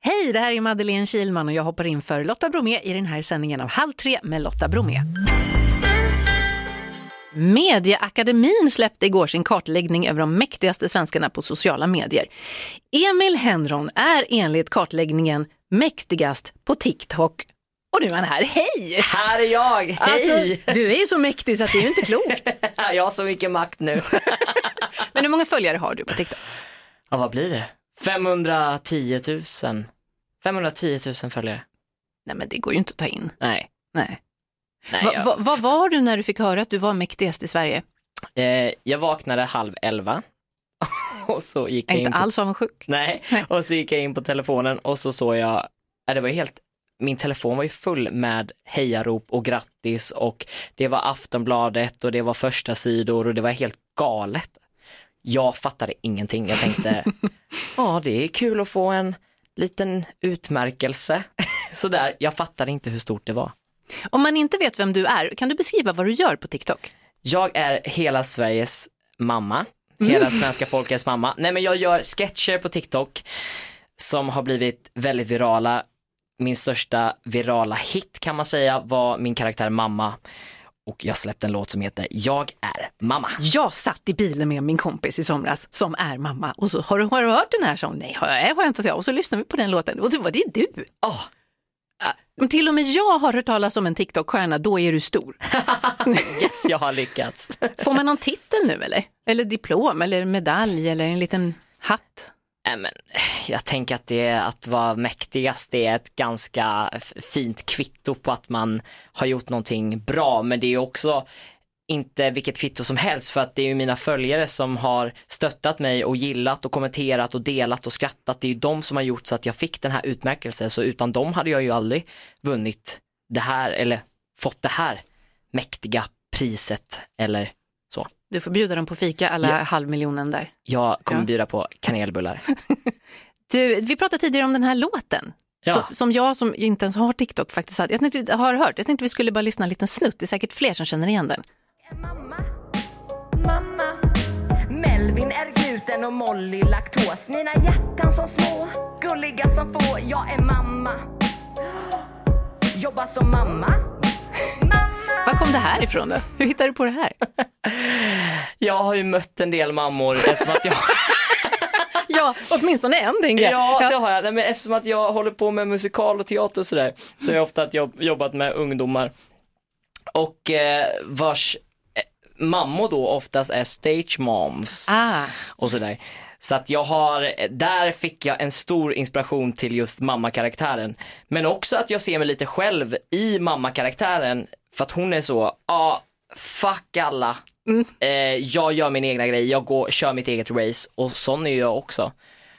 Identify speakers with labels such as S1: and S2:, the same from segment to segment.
S1: Hej, det här är Madeleine Kilman och jag hoppar in för Lotta Bromé i den här sändningen av Halv tre med Lotta Bromé. Medieakademin släppte igår sin kartläggning över de mäktigaste svenskarna på sociala medier. Emil Henron är enligt kartläggningen mäktigast på TikTok. Och nu är han här. Hej!
S2: Här är jag, hej!
S1: Alltså, du är ju så mäktig så att det är ju inte klokt.
S2: jag har så mycket makt nu.
S1: Men hur många följare har du på TikTok?
S2: ja, vad blir det? 510 000. 510 000 följare.
S1: Nej men det går ju inte att ta in.
S2: Nej.
S1: Nej.
S2: Nej
S1: Va-
S2: jag,
S1: va- Vad var du när du fick höra att du var mäktigast i Sverige?
S2: eh, jag vaknade halv elva. och så gick jag
S1: Jag är
S2: in
S1: inte
S2: på,
S1: alls avundsjuk.
S2: nej, och så gick jag in på telefonen och så såg jag, nej, det var ju helt, min telefon var ju full med hejarop och grattis och det var Aftonbladet och det var första sidor och det var helt galet. Jag fattade ingenting. Jag tänkte, ja det är kul att få en liten utmärkelse. Sådär, jag fattade inte hur stort det var.
S1: Om man inte vet vem du är, kan du beskriva vad du gör på TikTok?
S2: Jag är hela Sveriges mamma, hela svenska folkets mamma. Nej men jag gör sketcher på TikTok som har blivit väldigt virala. Min största virala hit kan man säga var min karaktär mamma och jag släppte en låt som heter Jag är mamma.
S1: Jag satt i bilen med min kompis i somras som är mamma och så har du, har du hört den här? Så, hon, Nej, har jag, har jag inte. Så, och så lyssnade vi på den låten och så var det du.
S2: Ah,
S1: Men till och med jag har hört talas om en TikTok-stjärna, då är du stor.
S2: yes, jag har lyckats.
S1: Får man någon titel nu eller? Eller diplom eller medalj eller en liten hatt?
S2: Nej, men, jag tänker att det att vara mäktigast det är ett ganska f- fint kvitto på att man har gjort någonting bra men det är också inte vilket kvitto som helst för att det är ju mina följare som har stöttat mig och gillat och kommenterat och delat och skrattat. Det är ju de som har gjort så att jag fick den här utmärkelsen så utan dem hade jag ju aldrig vunnit det här eller fått det här mäktiga priset eller så.
S1: Du får bjuda dem på fika, alla
S2: Ja.
S1: halvmiljonen där.
S2: Jag kommer
S1: Ja.
S2: bjuda på kanelbullar.
S1: Du, vi pratade tidigare om den här låten.
S2: Ja.
S1: Som, som jag som inte ens har TikTok faktiskt hade, jag tänkte, har hört. Jag tänkte vi skulle bara lyssna en liten snutt. Det är säkert fler som känner igen den.
S3: Mamma, mamma Melvin är gluten och Molly laktos Mina hjärtan som små, gulliga som få Jag är mamma Jobbar som mamma Mamma
S1: Var kom det här ifrån då? Hur hittade du på det här?
S2: Jag har ju mött en del mammor eftersom att jag,
S1: Ja, åtminstone en tänker jag.
S2: ja, det har jag. Nej, men eftersom att jag håller på med musikal och teater och sådär så har jag ofta att jag jobbat med ungdomar och eh, vars eh, mammor då oftast är stage moms
S1: Ah,
S2: och sådär. Så att jag har, där fick jag en stor inspiration till just mammakaraktären. Men också att jag ser mig lite själv i mammakaraktären för att hon är så, ja, ah, fuck alla. Eh, jag gör min egna grej, jag går, kör mitt eget race och sån är jag också.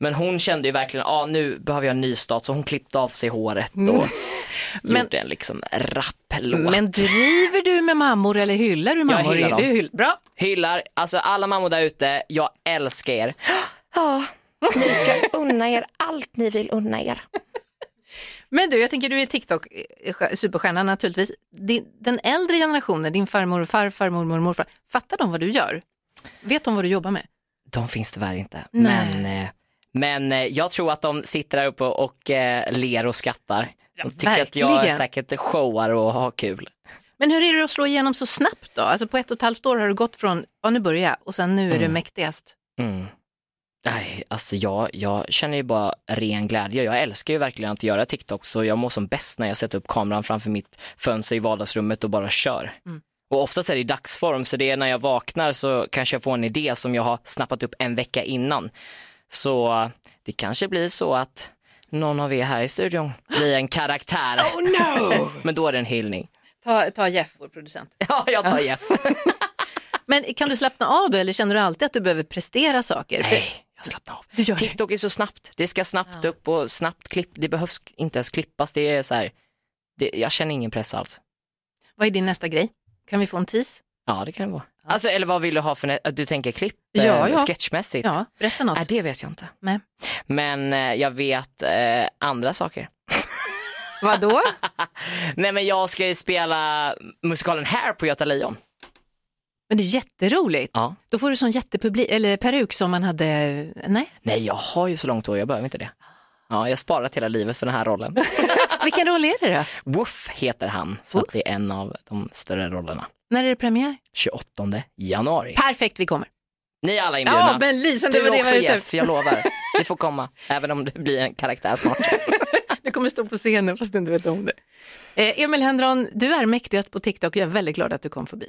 S2: Men hon kände ju verkligen, ja ah, nu behöver jag en ny start så hon klippte av sig håret och gjorde en liksom rapplåt.
S1: men driver du med mammor eller hyllar du mammor?
S2: hyllar dem.
S1: Du hyll... Bra.
S2: Hyllar, alltså alla mammor där ute, jag älskar er.
S3: Ni ska unna er allt ni vill unna er
S1: Men du, jag tänker du är TikTok-superstjärna naturligtvis. Din, den äldre generationen, din farmor, och farfar, mormor, och morfar, fattar de vad du gör? Vet de vad du jobbar med?
S2: De finns tyvärr inte.
S1: Nej.
S2: Men, eh, men eh, jag tror att de sitter där uppe och eh, ler och skrattar. De tycker att jag
S1: verkligen.
S2: säkert showar och har kul.
S1: Men hur är det att slå igenom så snabbt då? Alltså på ett och ett halvt år har du gått från, ja nu börjar jag och sen nu är du mäktigast.
S2: Mm. Nej, alltså jag, jag känner ju bara ren glädje. Jag älskar ju verkligen att göra TikTok så jag mår som bäst när jag sätter upp kameran framför mitt fönster i vardagsrummet och bara kör. Och oftast är det i dagsform så det är när jag vaknar så kanske jag får en idé som jag har snappat upp en vecka innan. Så det kanske blir så att någon av er här i studion blir en karaktär.
S1: no!
S2: Men då är det en hyllning.
S1: ta, ta Jeff, vår producent.
S2: Ja, jag tar Jeff.
S1: Men kan du slappna av då eller känner du alltid att du behöver prestera saker? För-
S2: Nej, jag slappnar av.
S1: Du gör det.
S2: TikTok är så snabbt, det ska snabbt upp och snabbt klipp, det behövs inte ens klippas, det är så här, det, jag känner ingen press alls.
S1: Vad är din nästa grej? Kan vi få en tease?
S2: Ja det kan det vara. Alltså eller vad vill du ha för, nä- att du tänker klipp, eh,
S1: Ja, ja.
S2: sketchmässigt?
S1: Ja, Äh, berätta något.
S2: Nej, det vet jag inte.
S1: Nej.
S2: Men eh, jag vet eh, andra saker.
S1: Vadå?
S2: Nej men jag ska ju spela musikalen här på Göta Lejon.
S1: Men det är ju jätteroligt.
S2: Ja.
S1: Då får du sån jättepublik, eller peruk som man hade, nej?
S2: Nej jag har ju så långt hår, jag behöver inte det. Ja, jag har sparat hela livet för den här rollen.
S1: Vilken roll är det då?
S2: Woof heter han, så att det är en av de större rollerna.
S1: När är det premiär?
S2: 28 januari.
S1: Perfekt, vi kommer.
S2: Ni är alla inbjudna.
S1: men Lisa,
S2: du också Jeff, jag lovar. Du får komma, även om du blir en karaktär snart.
S1: Du kommer stå på scenen fast du inte vet om det. Eh, Emil Henron, du är mäktigast på TikTok och jag är väldigt glad att du kom förbi.